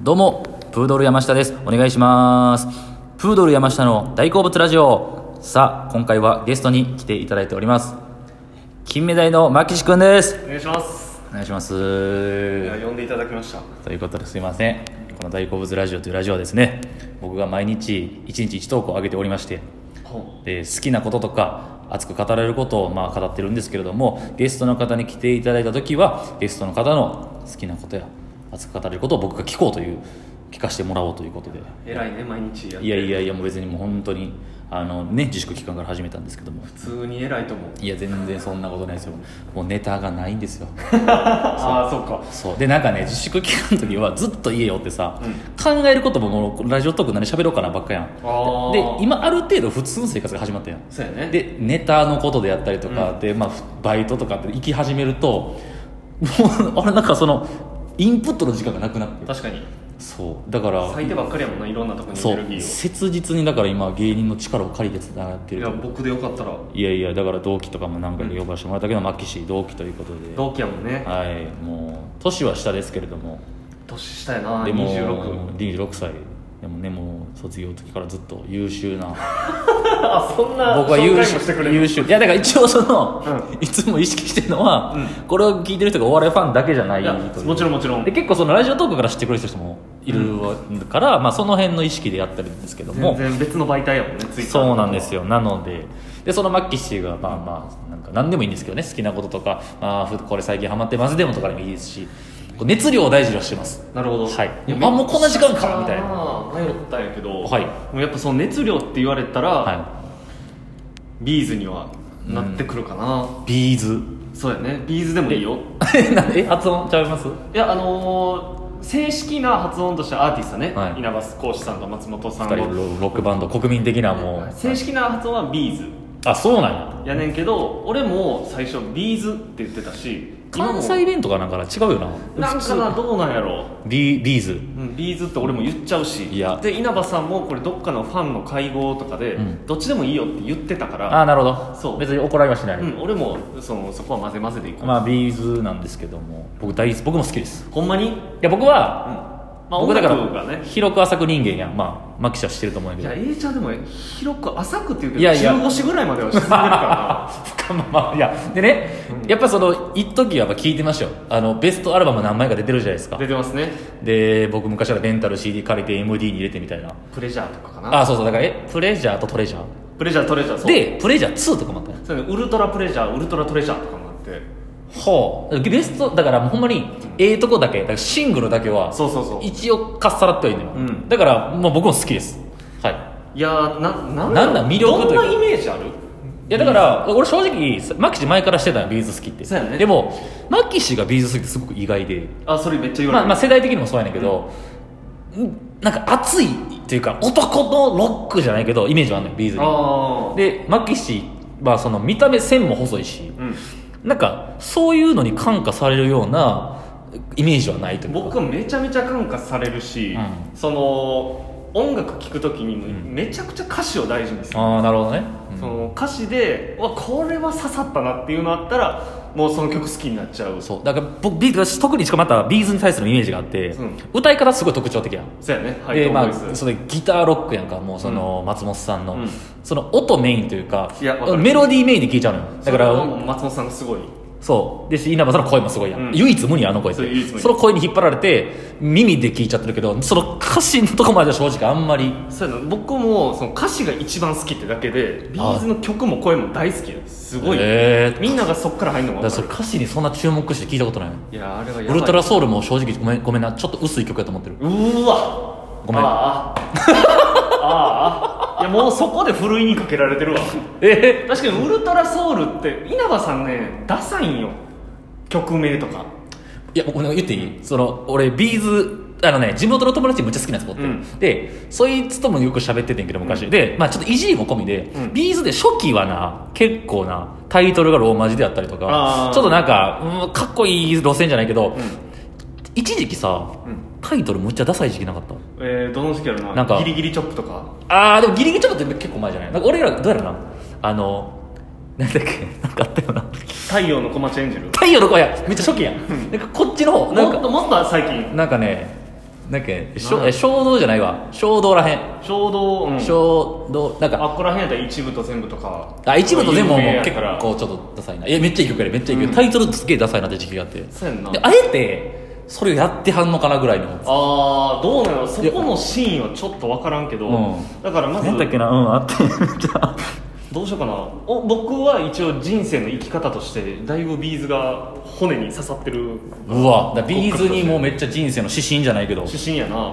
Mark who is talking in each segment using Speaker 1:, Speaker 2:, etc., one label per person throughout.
Speaker 1: どうも、プードル山下です。お願いします。プードル山下の大好物ラジオ。さあ、今回はゲストに来ていただいております。金目鯛のマキシくんです。
Speaker 2: お願いします
Speaker 1: お願いします。
Speaker 2: いや呼んでいただきました
Speaker 1: ということですいませんこの大好物ラジオというラジオはですね僕が毎日一日一投稿を上げておりまして
Speaker 2: ほ
Speaker 1: で好きなこととか熱く語られることをまあ語ってるんですけれどもゲストの方に来ていただいた時はゲストの方の好きなことや熱く語れることを僕が聞こうという聞かせてもらおうということで
Speaker 2: えらいね毎日やって
Speaker 1: いやいやいやもう別にもう本当にあのね自粛期間から始めたんですけども
Speaker 2: 普通に偉いと思う
Speaker 1: いや全然そんなことないですよもうネタがないんですよ
Speaker 2: ああそうか
Speaker 1: そうでなんかね自粛期間の時はずっと家よってさ、
Speaker 2: うん
Speaker 1: 考えることももうラジオトーク何喋ろうかなばっかやん
Speaker 2: あ
Speaker 1: で
Speaker 2: ー
Speaker 1: 今ある程度普通の生活が始まったやん
Speaker 2: そうやね
Speaker 1: でネタのことであったりとか、
Speaker 2: うん
Speaker 1: で、まあ、バイトとかって行き始めるともう あれなんかそのインプットの時間がなくなって
Speaker 2: 確かに
Speaker 1: そうだから
Speaker 2: 咲いてばっかりやもんないろんなとこにエ
Speaker 1: そ
Speaker 2: ネルギ
Speaker 1: う
Speaker 2: ー
Speaker 1: 切実にだから今芸人の力を借りてつながって
Speaker 2: をい
Speaker 1: る
Speaker 2: や
Speaker 1: と
Speaker 2: 僕でよかったら
Speaker 1: いやいやだから同期とかも何回か呼ばせてもらったけど、マッキシー同期ということで
Speaker 2: 同期やもんね
Speaker 1: はいもう年は下ですけれども
Speaker 2: 年下やな
Speaker 1: でも
Speaker 2: 26
Speaker 1: 26歳でもねもう卒業の時からずっと優秀 な
Speaker 2: あそんな
Speaker 1: 僕は優
Speaker 2: 紹介もしてく
Speaker 1: 秀
Speaker 2: れ
Speaker 1: 優
Speaker 2: る
Speaker 1: 秀いやだから一応その、
Speaker 2: う
Speaker 1: いつも意識してるのは、
Speaker 2: う
Speaker 1: これを聞いてる人がお笑いファンだけじゃない
Speaker 2: いや
Speaker 1: という
Speaker 2: もちろんもちろん
Speaker 1: で結構そのラジオトークから知ってくれてる人もいるわから、まあ、その辺の意識でやってるんですけど
Speaker 2: 全
Speaker 1: も
Speaker 2: 然別の媒体やもんねツイッター
Speaker 1: そうなんですよなのででそのマッキー氏がまあまあなんか何でもいいんですけどね好きなこととか、まあ、ふこれ最近ハマってますでもとかでもいいですしこう熱量を大事にしてます
Speaker 2: なるほど
Speaker 1: はいあもうこんな時間かみたいな
Speaker 2: な迷ったんやけど
Speaker 1: はい
Speaker 2: もうやっぱその熱量って言われたら、
Speaker 1: はい
Speaker 2: ビーズにはなってくるかな、
Speaker 1: ビーズ
Speaker 2: そうやねビーズでもいいよ
Speaker 1: えなんでえ発音ちゃいます
Speaker 2: いやあのー正式な発音としてアーティストね、
Speaker 1: はい
Speaker 2: 稲葉講師さんと松本さん
Speaker 1: 二人
Speaker 2: の
Speaker 1: ロロックバンド国民的なもう
Speaker 2: 正式な発音はビーズ
Speaker 1: あそうなんや
Speaker 2: やねんけど俺も最初ビーズって言ってたし今も
Speaker 1: 関西弁とかなんかな違うよな
Speaker 2: なんかなどうなんやろ
Speaker 1: ビビーズ
Speaker 2: う、うん、ビーズって俺も言っちゃうし
Speaker 1: いや
Speaker 2: で稲葉さんもこれどっかのファンの会合とかで、
Speaker 1: うん
Speaker 2: どっちでもいいよって言ってたから
Speaker 1: あなるほど
Speaker 2: そう
Speaker 1: 別に怒られはしない、
Speaker 2: うん、俺もそのそこは混ぜ混ぜでいこう、
Speaker 1: まあビーズなんですけども僕大僕も好きです
Speaker 2: ほんまに、うん
Speaker 1: いや僕は、
Speaker 2: まあ、
Speaker 1: 僕
Speaker 2: 音
Speaker 1: だか
Speaker 2: 楽
Speaker 1: ら
Speaker 2: がね
Speaker 1: 広く浅く人間やんまあマキシは知ってると思うん
Speaker 2: い
Speaker 1: や
Speaker 2: や
Speaker 1: け
Speaker 2: A ちゃんでも広く浅くっていうけど
Speaker 1: いやいや
Speaker 2: 15時ぐらいまでは沈んで るか
Speaker 1: ど深ま まいやでね、やっぱその一時はやっぱ聞いてましたよあのベストアルバム何枚か出てるじゃないですから
Speaker 2: 出てますね
Speaker 1: で僕昔からレンタル CD 借りて MD に入れてみたいな
Speaker 2: プレジャーとかかな
Speaker 1: あそうそうだからえプレジャーとトレジャー
Speaker 2: プレジャートレジャーそう
Speaker 1: でプレジャー2とかもあったね
Speaker 2: そうねウルトラプレジャーウルトラトレジャーとかもあって
Speaker 1: ほうベストだからもうほんまにええとこだけだからシングルだけは
Speaker 2: そうそうそう
Speaker 1: 一応かっさらってはいいのよ、
Speaker 2: うん
Speaker 1: だから、まあ、僕も好きですはい
Speaker 2: いやーななん
Speaker 1: なんだ魅力と
Speaker 2: ど
Speaker 1: い
Speaker 2: ん
Speaker 1: うか
Speaker 2: なイメージある
Speaker 1: いやだから俺正直マキシ前からしてたのビーズ好きって
Speaker 2: そうやね
Speaker 1: でもマキシがビーズ好きってすごく意外で
Speaker 2: あそれめっちゃ言わ
Speaker 1: まあ、
Speaker 2: れる、
Speaker 1: まあ世代的にもそうやねんけど、うんなんか熱いっていうか男のロックじゃないけどイメージはあんのよビーズに
Speaker 2: ああ
Speaker 1: でマキシはその見た目線も細いし、
Speaker 2: うん、
Speaker 1: なんかそういうのに感化されるようなイメージはないというか
Speaker 2: 僕はめちゃめちゃ感化されるし、
Speaker 1: う
Speaker 2: その音楽聴く時にも
Speaker 1: ん
Speaker 2: めちゃくちゃ歌詞を大事にする、
Speaker 1: ああなるほどね、うん
Speaker 2: その歌詞でうわこれは刺さったなっていうのあったらもうその曲好きになっちゃう
Speaker 1: そうだから僕ビーズ特にしかもまたビーズに対するイメージがあって、
Speaker 2: うん
Speaker 1: 歌い方すごい特徴的やん、
Speaker 2: そうやねハイ
Speaker 1: で
Speaker 2: ト
Speaker 1: ま
Speaker 2: ーンボイス、
Speaker 1: あそれギターロックやんかもうその松本さんの、
Speaker 2: うん
Speaker 1: その音メインというか
Speaker 2: いやわかる
Speaker 1: メロディーメインで聴いちゃうのよだか
Speaker 2: それはも
Speaker 1: ら
Speaker 2: う松本さんがすごい
Speaker 1: そうでし稲葉さんの声もすごいやん、
Speaker 2: うん
Speaker 1: 唯一無二やんあの声っ
Speaker 2: そう唯一無
Speaker 1: て
Speaker 2: 二
Speaker 1: その声に引っ張られて耳で聴いちゃってるけどその歌詞のとこまでは正直あんまり
Speaker 2: そうやな僕もその歌詞が一番好きってだけでビーズの曲も声も大好きですすごい、
Speaker 1: へー
Speaker 2: みんながそっから入るの
Speaker 1: だ
Speaker 2: が
Speaker 1: からそ
Speaker 2: 分かる
Speaker 1: れ歌詞にそんな注目して聞いたことない
Speaker 2: いやあれはや
Speaker 1: ウ
Speaker 2: ばい
Speaker 1: ルトラソウルも正直ごめんごめんなちょっと薄い曲やと思ってる
Speaker 2: うーわ
Speaker 1: ごめん
Speaker 2: ああああいやもうそこでふるいにかけられてるわ
Speaker 1: え
Speaker 2: 確かにウルトラソウルって稲葉さんねダサいんよ曲名とか
Speaker 1: いや僕ね言っていいその俺ビーズあのね地元の友達めっちゃ好きなんです僕って、
Speaker 2: うん
Speaker 1: でそいつともよく喋っててんけど昔、でまあちょっといじりも込みで、
Speaker 2: うん
Speaker 1: ビーズで初期はな結構なタイトルがローマ字であったりとか
Speaker 2: あー
Speaker 1: ちょっとなんか、うん、かっこいい路線じゃないけど、
Speaker 2: ん
Speaker 1: 一時期さ、
Speaker 2: うん
Speaker 1: タイトルむっちゃダサい時期なかった
Speaker 2: えー、どの時期やろな
Speaker 1: なんか
Speaker 2: ギリギリチョップとか
Speaker 1: あーでもギリギリちょっとって結構前じゃないなんか俺らどうやろなあのなんだっけなんかあったよな
Speaker 2: 太陽の小町エンジェル
Speaker 1: 太陽の声やめっちゃ初期やんなんかこっちの方なん
Speaker 2: も
Speaker 1: か
Speaker 2: っともっと最近
Speaker 1: なんかねなんかしょ
Speaker 2: なん
Speaker 1: え衝動じゃないわ衝動らへん
Speaker 2: 衝動、うん、
Speaker 1: 衝動なん
Speaker 2: あ
Speaker 1: か
Speaker 2: っこらへんやったら一部と全部とか
Speaker 1: あ一部と全部も
Speaker 2: 有名や
Speaker 1: 結
Speaker 2: から
Speaker 1: 構ちょっとダサいないやめっちゃいい曲やでめっちゃいい曲、
Speaker 2: うん
Speaker 1: タイトルすげえダサいなって時期があって
Speaker 2: そうやんな
Speaker 1: であえてそれをやってはんのかなぐらいの
Speaker 2: あーどうなのそこのシーンはちょっと分からんけど、
Speaker 1: うん
Speaker 2: だからまず
Speaker 1: なんだっけなうんあってめっちゃ
Speaker 2: どうしようかなお僕は一応人生の生き方としてだいぶビーズが骨に刺さってる
Speaker 1: うわだからビーズにもうめっちゃ人生の指針じゃないけど
Speaker 2: 出身やな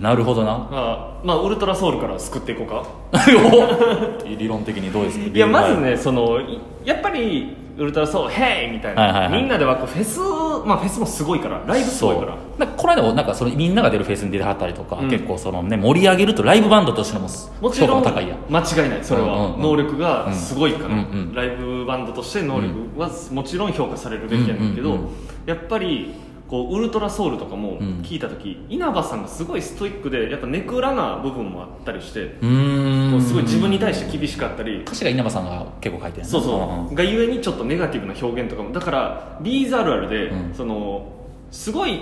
Speaker 1: なるほど な
Speaker 2: あまあウルトラソウルから救っていこうか
Speaker 1: お理論的にどうですか
Speaker 2: いやまずねそのいやっぱりウルトラソウル「ヘイ!」みたいな、
Speaker 1: はいはいはい
Speaker 2: みんなで湧くフェスまあフェスもすごいからライブす
Speaker 1: そ
Speaker 2: ご
Speaker 1: う
Speaker 2: いから
Speaker 1: なんかこの間もなんかそのみんなが出るフェスに出てはったりとか、
Speaker 2: うん
Speaker 1: 結構そのね盛り上げるとライブバンドとしてのも
Speaker 2: もち
Speaker 1: 評価
Speaker 2: ろ
Speaker 1: も
Speaker 2: ん
Speaker 1: 高いやん
Speaker 2: 間違いないそれ
Speaker 1: うんうん
Speaker 2: は
Speaker 1: うん
Speaker 2: 能力がすごいから、
Speaker 1: うんうん
Speaker 2: ライブバンドとして能力はもちろん評価されるべきやねんけど、
Speaker 1: うんうんうん
Speaker 2: やっぱりこうウルトラソウルとかも
Speaker 1: ん
Speaker 2: 聞いた時、稲葉さんがすごいストイックでやっぱネクラな部分もあったりして、
Speaker 1: うーん
Speaker 2: こうすごい自分に対して厳しかったり、
Speaker 1: 歌詞が稲葉さんが結構書いてる
Speaker 2: そうそう、
Speaker 1: ん
Speaker 2: がゆえにちょっとネガティブな表現とかもだからビーズあるあるで、
Speaker 1: うん
Speaker 2: そのすごい、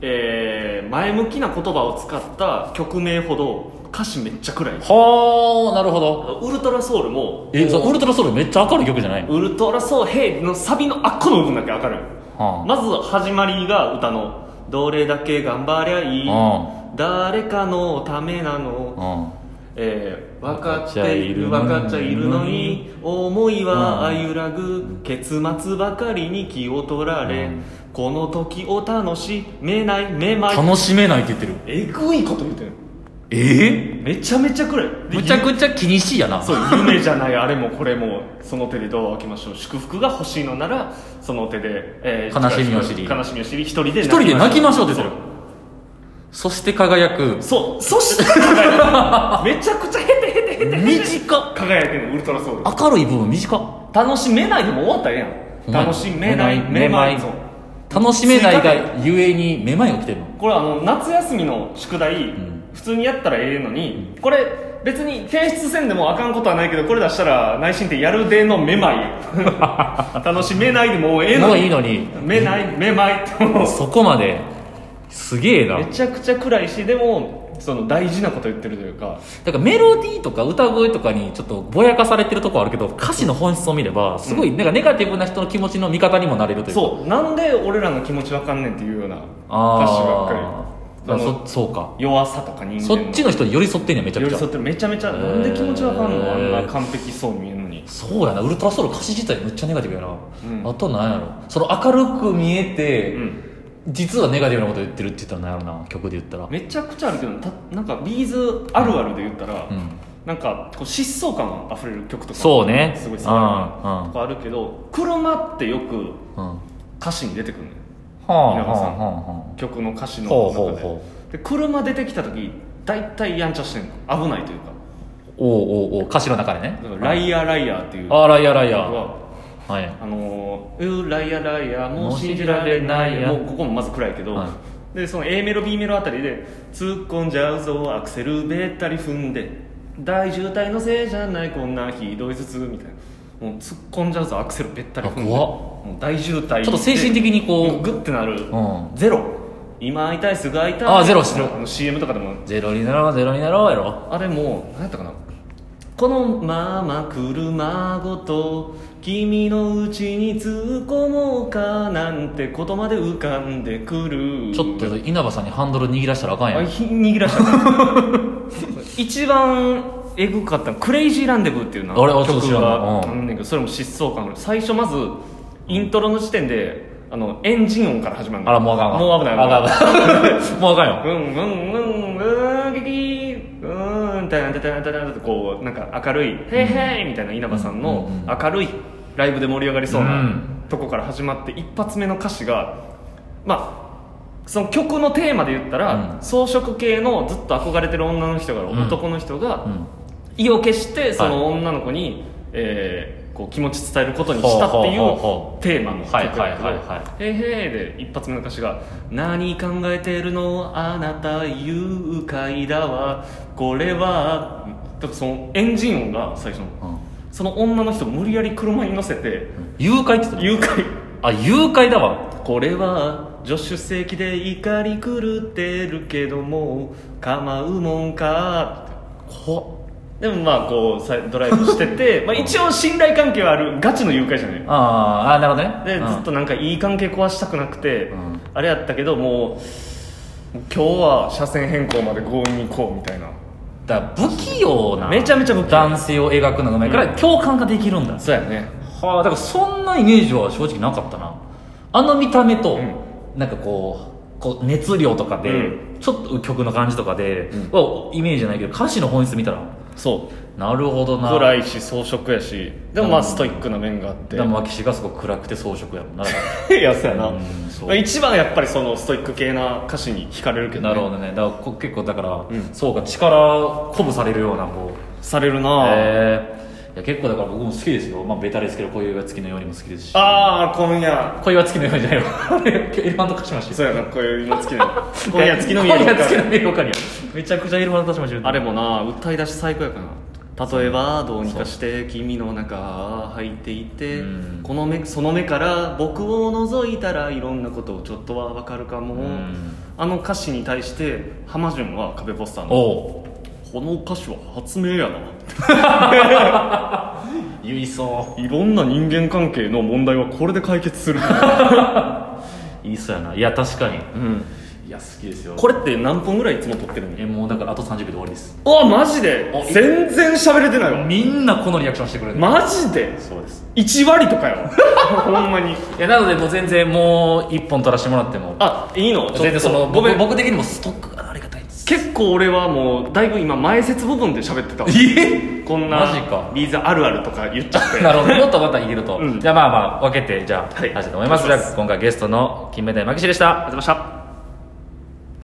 Speaker 2: えー前向きな言葉を使った曲名ほど歌詞めっちゃ暗い
Speaker 1: はあなるほど
Speaker 2: ウルトラソウルも
Speaker 1: えそうウルトラソウルめっちゃ明るい曲じゃない、
Speaker 2: ウルトラソウヘイのサビのあっこの部分だけ明るい
Speaker 1: はあ
Speaker 2: まず始まりが歌の「どれだけ頑張りゃいい」
Speaker 1: う
Speaker 2: 誰かのためなの」えー分かっている分
Speaker 1: 分
Speaker 2: か
Speaker 1: か
Speaker 2: っ
Speaker 1: っ
Speaker 2: ち
Speaker 1: ち
Speaker 2: ゃ
Speaker 1: ゃ
Speaker 2: い
Speaker 1: い
Speaker 2: る
Speaker 1: る
Speaker 2: の
Speaker 1: の
Speaker 2: に
Speaker 1: に
Speaker 2: 思いはあ
Speaker 1: うん
Speaker 2: ゆらぐ結末ばかりに気を取られ
Speaker 1: うん
Speaker 2: この時を楽しめないめまい
Speaker 1: うん、楽しめないって言ってる
Speaker 2: えぐいこと言ってる
Speaker 1: え
Speaker 2: めちゃめちゃ暗い
Speaker 1: え
Speaker 2: で
Speaker 1: むちゃくちゃ気にしいやな
Speaker 2: そう夢じゃないあれもこれもその手でドアを開けましょう祝福が欲しいのならその手で、え
Speaker 1: 悲しみを知り
Speaker 2: 悲しみを知り一人で
Speaker 1: 一人で泣きましょうって言っ
Speaker 2: そう
Speaker 1: てるそして輝く
Speaker 2: そうそして輝くめちゃくちゃヘテヘテヘテヘテ
Speaker 1: 短っ
Speaker 2: 輝いてるウルトラソウル
Speaker 1: 明るい部分短っ
Speaker 2: 楽しめないでも終わったらええやん楽しめないめ
Speaker 1: め
Speaker 2: ま
Speaker 1: ま
Speaker 2: い
Speaker 1: い
Speaker 2: そう
Speaker 1: 楽しめないがゆえにめまいが起きてるの
Speaker 2: これあの夏休みの宿題、
Speaker 1: ん
Speaker 2: 普通にやったらええのに、これ別に提出せんでもあかんことはないけどこれ出したら内申点やるでのめま い楽しめないでもうええの
Speaker 1: もう
Speaker 2: に
Speaker 1: いいのに
Speaker 2: めないめまいってもう
Speaker 1: そこまですげえな
Speaker 2: めちゃくちゃ暗いしでもその大事なこと言ってるというか
Speaker 1: だからメロディーとか歌声とかにちょっとぼやかされてるとこあるけど歌詞の本質を見ればすごいなんかネガティブな人の気持ちの味方にもなれるというかう
Speaker 2: そうなんで俺らの気持ちわかんねんっていうような歌詞ばっ
Speaker 1: あ
Speaker 2: か
Speaker 1: あ
Speaker 2: りその
Speaker 1: そそうか
Speaker 2: 弱さとか人間
Speaker 1: そっちの人に寄り添ってんねやめちゃ
Speaker 2: 寄
Speaker 1: くち
Speaker 2: り
Speaker 1: ゃ
Speaker 2: 添ってるめちゃめちゃなんで気持ちわかんのあ
Speaker 1: へ
Speaker 2: ん
Speaker 1: ー
Speaker 2: な完璧そうに見えるのに
Speaker 1: そうやなウルトラソウル歌詞自体めっちゃネガティブやな、
Speaker 2: うん
Speaker 1: あとなんやろその明るく見えて、
Speaker 2: うん
Speaker 1: 実はネガティブなこと言ってるって言ったらなんやろな曲で言ったら
Speaker 2: めちゃくちゃあるけどたなんかビーズあるあるで言った
Speaker 1: う
Speaker 2: ら、
Speaker 1: ん
Speaker 2: なんかこう疾走感あふれる曲とか
Speaker 1: そうね
Speaker 2: すごい好き
Speaker 1: うん
Speaker 2: な
Speaker 1: うん
Speaker 2: とかあるけど車ってよく
Speaker 1: うんは
Speaker 2: 歌詞に出てくるのよ
Speaker 1: あは
Speaker 2: 稲葉さん
Speaker 1: あは
Speaker 2: 曲の歌詞の
Speaker 1: ほう
Speaker 2: 中で
Speaker 1: ほうほ
Speaker 2: で車出てきた時大体やんちゃしてんの危ないというか
Speaker 1: うおうおうおう歌詞の中でね
Speaker 2: だからライアーライアーっていう
Speaker 1: あライアーライア
Speaker 2: 曲
Speaker 1: ー
Speaker 2: は
Speaker 1: はい
Speaker 2: あのーうライアライアもう信じられな
Speaker 1: もう信じられな
Speaker 2: いや
Speaker 1: いや
Speaker 2: もうここもまず暗いけど、
Speaker 1: は
Speaker 2: でその A メロ B メロあたりで「突っ込んじゃうぞアクセルべったり踏んで大渋滞のせいじゃないこんなひどい頭痛」みたいなもう突っ込んじゃうぞアクセルべったり踏んで
Speaker 1: あ怖っ
Speaker 2: もう大渋滞
Speaker 1: ちょっと精神
Speaker 2: に
Speaker 1: 的にこう、
Speaker 2: グッてな
Speaker 1: う
Speaker 2: る、
Speaker 1: ん
Speaker 2: ゼロ今会いたいすぐ会いたい
Speaker 1: あゼロしてる
Speaker 2: あの CM とかでも
Speaker 1: ゼロになろうゼロになろうやろ
Speaker 2: あれも何やったかなこのまま車ごと君のうちに突っ込もうかなんてことまで浮かんでくる
Speaker 1: ちょっと稲葉さんにハンドル握らしたらあかん
Speaker 2: あ
Speaker 1: やん
Speaker 2: ひ握らした ね一番えぐかったのクレイジーランデブーっていうな
Speaker 1: あれあそう
Speaker 2: 曲
Speaker 1: 知らん
Speaker 2: が
Speaker 1: な
Speaker 2: あ
Speaker 1: うん
Speaker 2: んねんけどそれも疾走感ある最初まずイントロの時点であのエンジン音から始まるの
Speaker 1: あらもうあかんわ
Speaker 2: もう危ない
Speaker 1: あかんわ もうあかんよ
Speaker 2: うんうんうんうんギギーうんタンタタンタタンってこうなんか明るい「へいへい」みたいな稲葉さんの
Speaker 1: うん
Speaker 2: 明るいライブで盛り上がりそう
Speaker 1: う
Speaker 2: なんとこから始まって一発目の歌詞がまあその曲のテーマで言ったら、
Speaker 1: うん
Speaker 2: 装飾系のずっと憧れてる女の人が、
Speaker 1: ん
Speaker 2: 男の人が
Speaker 1: うん
Speaker 2: 意を決してその女の子に、えーこう気持ち伝えることにしたっていう
Speaker 1: ほうほうほ
Speaker 2: テーマの曲やけど
Speaker 1: はいはいはいは
Speaker 2: へいへい」で一発目の歌詞が「何考えてるのあなた誘拐だわこれは」だからそのエンジン音が最初の、
Speaker 1: うん
Speaker 2: その女の人を無理やり車に乗せて
Speaker 1: 誘拐って言ってた
Speaker 2: 誘拐
Speaker 1: あ誘拐だわ
Speaker 2: これは助手席で怒り狂ってるけども構うもんか
Speaker 1: 怖っ
Speaker 2: でもまあこうさドライブして てまあ一応信頼関係はあるガチの誘拐じゃない
Speaker 1: あーあーなるほどね
Speaker 2: で、
Speaker 1: うん
Speaker 2: ずっとなんかいい関係壊したくなくて、
Speaker 1: うん
Speaker 2: あれやったけどもう今日は車線変更まで強引に行こうみたいな
Speaker 1: だから不器用な
Speaker 2: めちゃめちゃ不器用
Speaker 1: 男性を描くのがうまいから
Speaker 2: うん
Speaker 1: 共感ができるんだ、
Speaker 2: そうやね
Speaker 1: はあだからそんなイメージは正直なかったなあの見た目と、
Speaker 2: うん
Speaker 1: なんかこうこう熱量とかで、
Speaker 2: う
Speaker 1: ちょっと曲の感じとかで、
Speaker 2: うん
Speaker 1: はイメージじゃないけど歌詞の本質見たら
Speaker 2: そう
Speaker 1: なるほどな
Speaker 2: 暗
Speaker 1: い
Speaker 2: いし装飾やしでもまあストイックな面があって
Speaker 1: でも岸がすごく暗くて装飾や もんな
Speaker 2: い やそうやな、
Speaker 1: うんそう
Speaker 2: 一番やっぱりそのストイック系な歌詞に惹かれるけど、ね、
Speaker 1: なるほどねだからこ結構だから、
Speaker 2: うん
Speaker 1: そうか力鼓舞されるようなこう
Speaker 2: されるな、
Speaker 1: えー、いや結構だから僕も好きですよまあベタですけどこういうが月のようにも好きですし
Speaker 2: ああ今夜
Speaker 1: 恋は月のようにじゃないわエルファントカシマシ
Speaker 2: そうやなこういうの好 きな今夜月の見え
Speaker 1: 恋は月
Speaker 2: る
Speaker 1: の見えるかにめちゃくちゃエルファントカシマシ
Speaker 2: あれもな歌い出し最高やからな例えばどうにかして君の中入っていて
Speaker 1: うん
Speaker 2: この目その目から僕を覗いたらいろんなことをちょっとは分かるかも
Speaker 1: ん
Speaker 2: あの歌詞に対して浜潤は壁ポスター
Speaker 1: お
Speaker 2: の
Speaker 1: お
Speaker 2: 「この歌詞は発明 やな」
Speaker 1: 言いそ
Speaker 2: いろんな人間関係の問題はこれで解決する、
Speaker 1: う言いそうやないや確かに
Speaker 2: うん、
Speaker 1: いや好きですよ
Speaker 2: これって何本ぐらいいつも撮ってるの
Speaker 1: えもうだからあと30秒で終わりです
Speaker 2: あマジで
Speaker 1: おい
Speaker 2: 全然喋れてないわ
Speaker 1: みんなこのリアクションしてくれる、
Speaker 2: マジで
Speaker 1: そうです
Speaker 2: 1割とかよ ほんまに
Speaker 1: いやなのでもう全然もう1本取らせてもらっても
Speaker 2: あいいのちょっと
Speaker 1: 全然その
Speaker 2: ごめ
Speaker 1: 僕
Speaker 2: ん
Speaker 1: 僕的にもストックがありがたいです
Speaker 2: 結構俺はもうだいぶ今前説部分で喋ってたわ
Speaker 1: え
Speaker 2: こんな
Speaker 1: マジか
Speaker 2: ビーズあるあるとか言っちゃって
Speaker 1: なるほどもっとまたいけると、
Speaker 2: うん
Speaker 1: じゃあまあまあ分けてじゃあ、
Speaker 2: はい
Speaker 1: 話したいと思いますじゃあ今回ゲストの金目鯛マキシでした
Speaker 2: ありがとうございました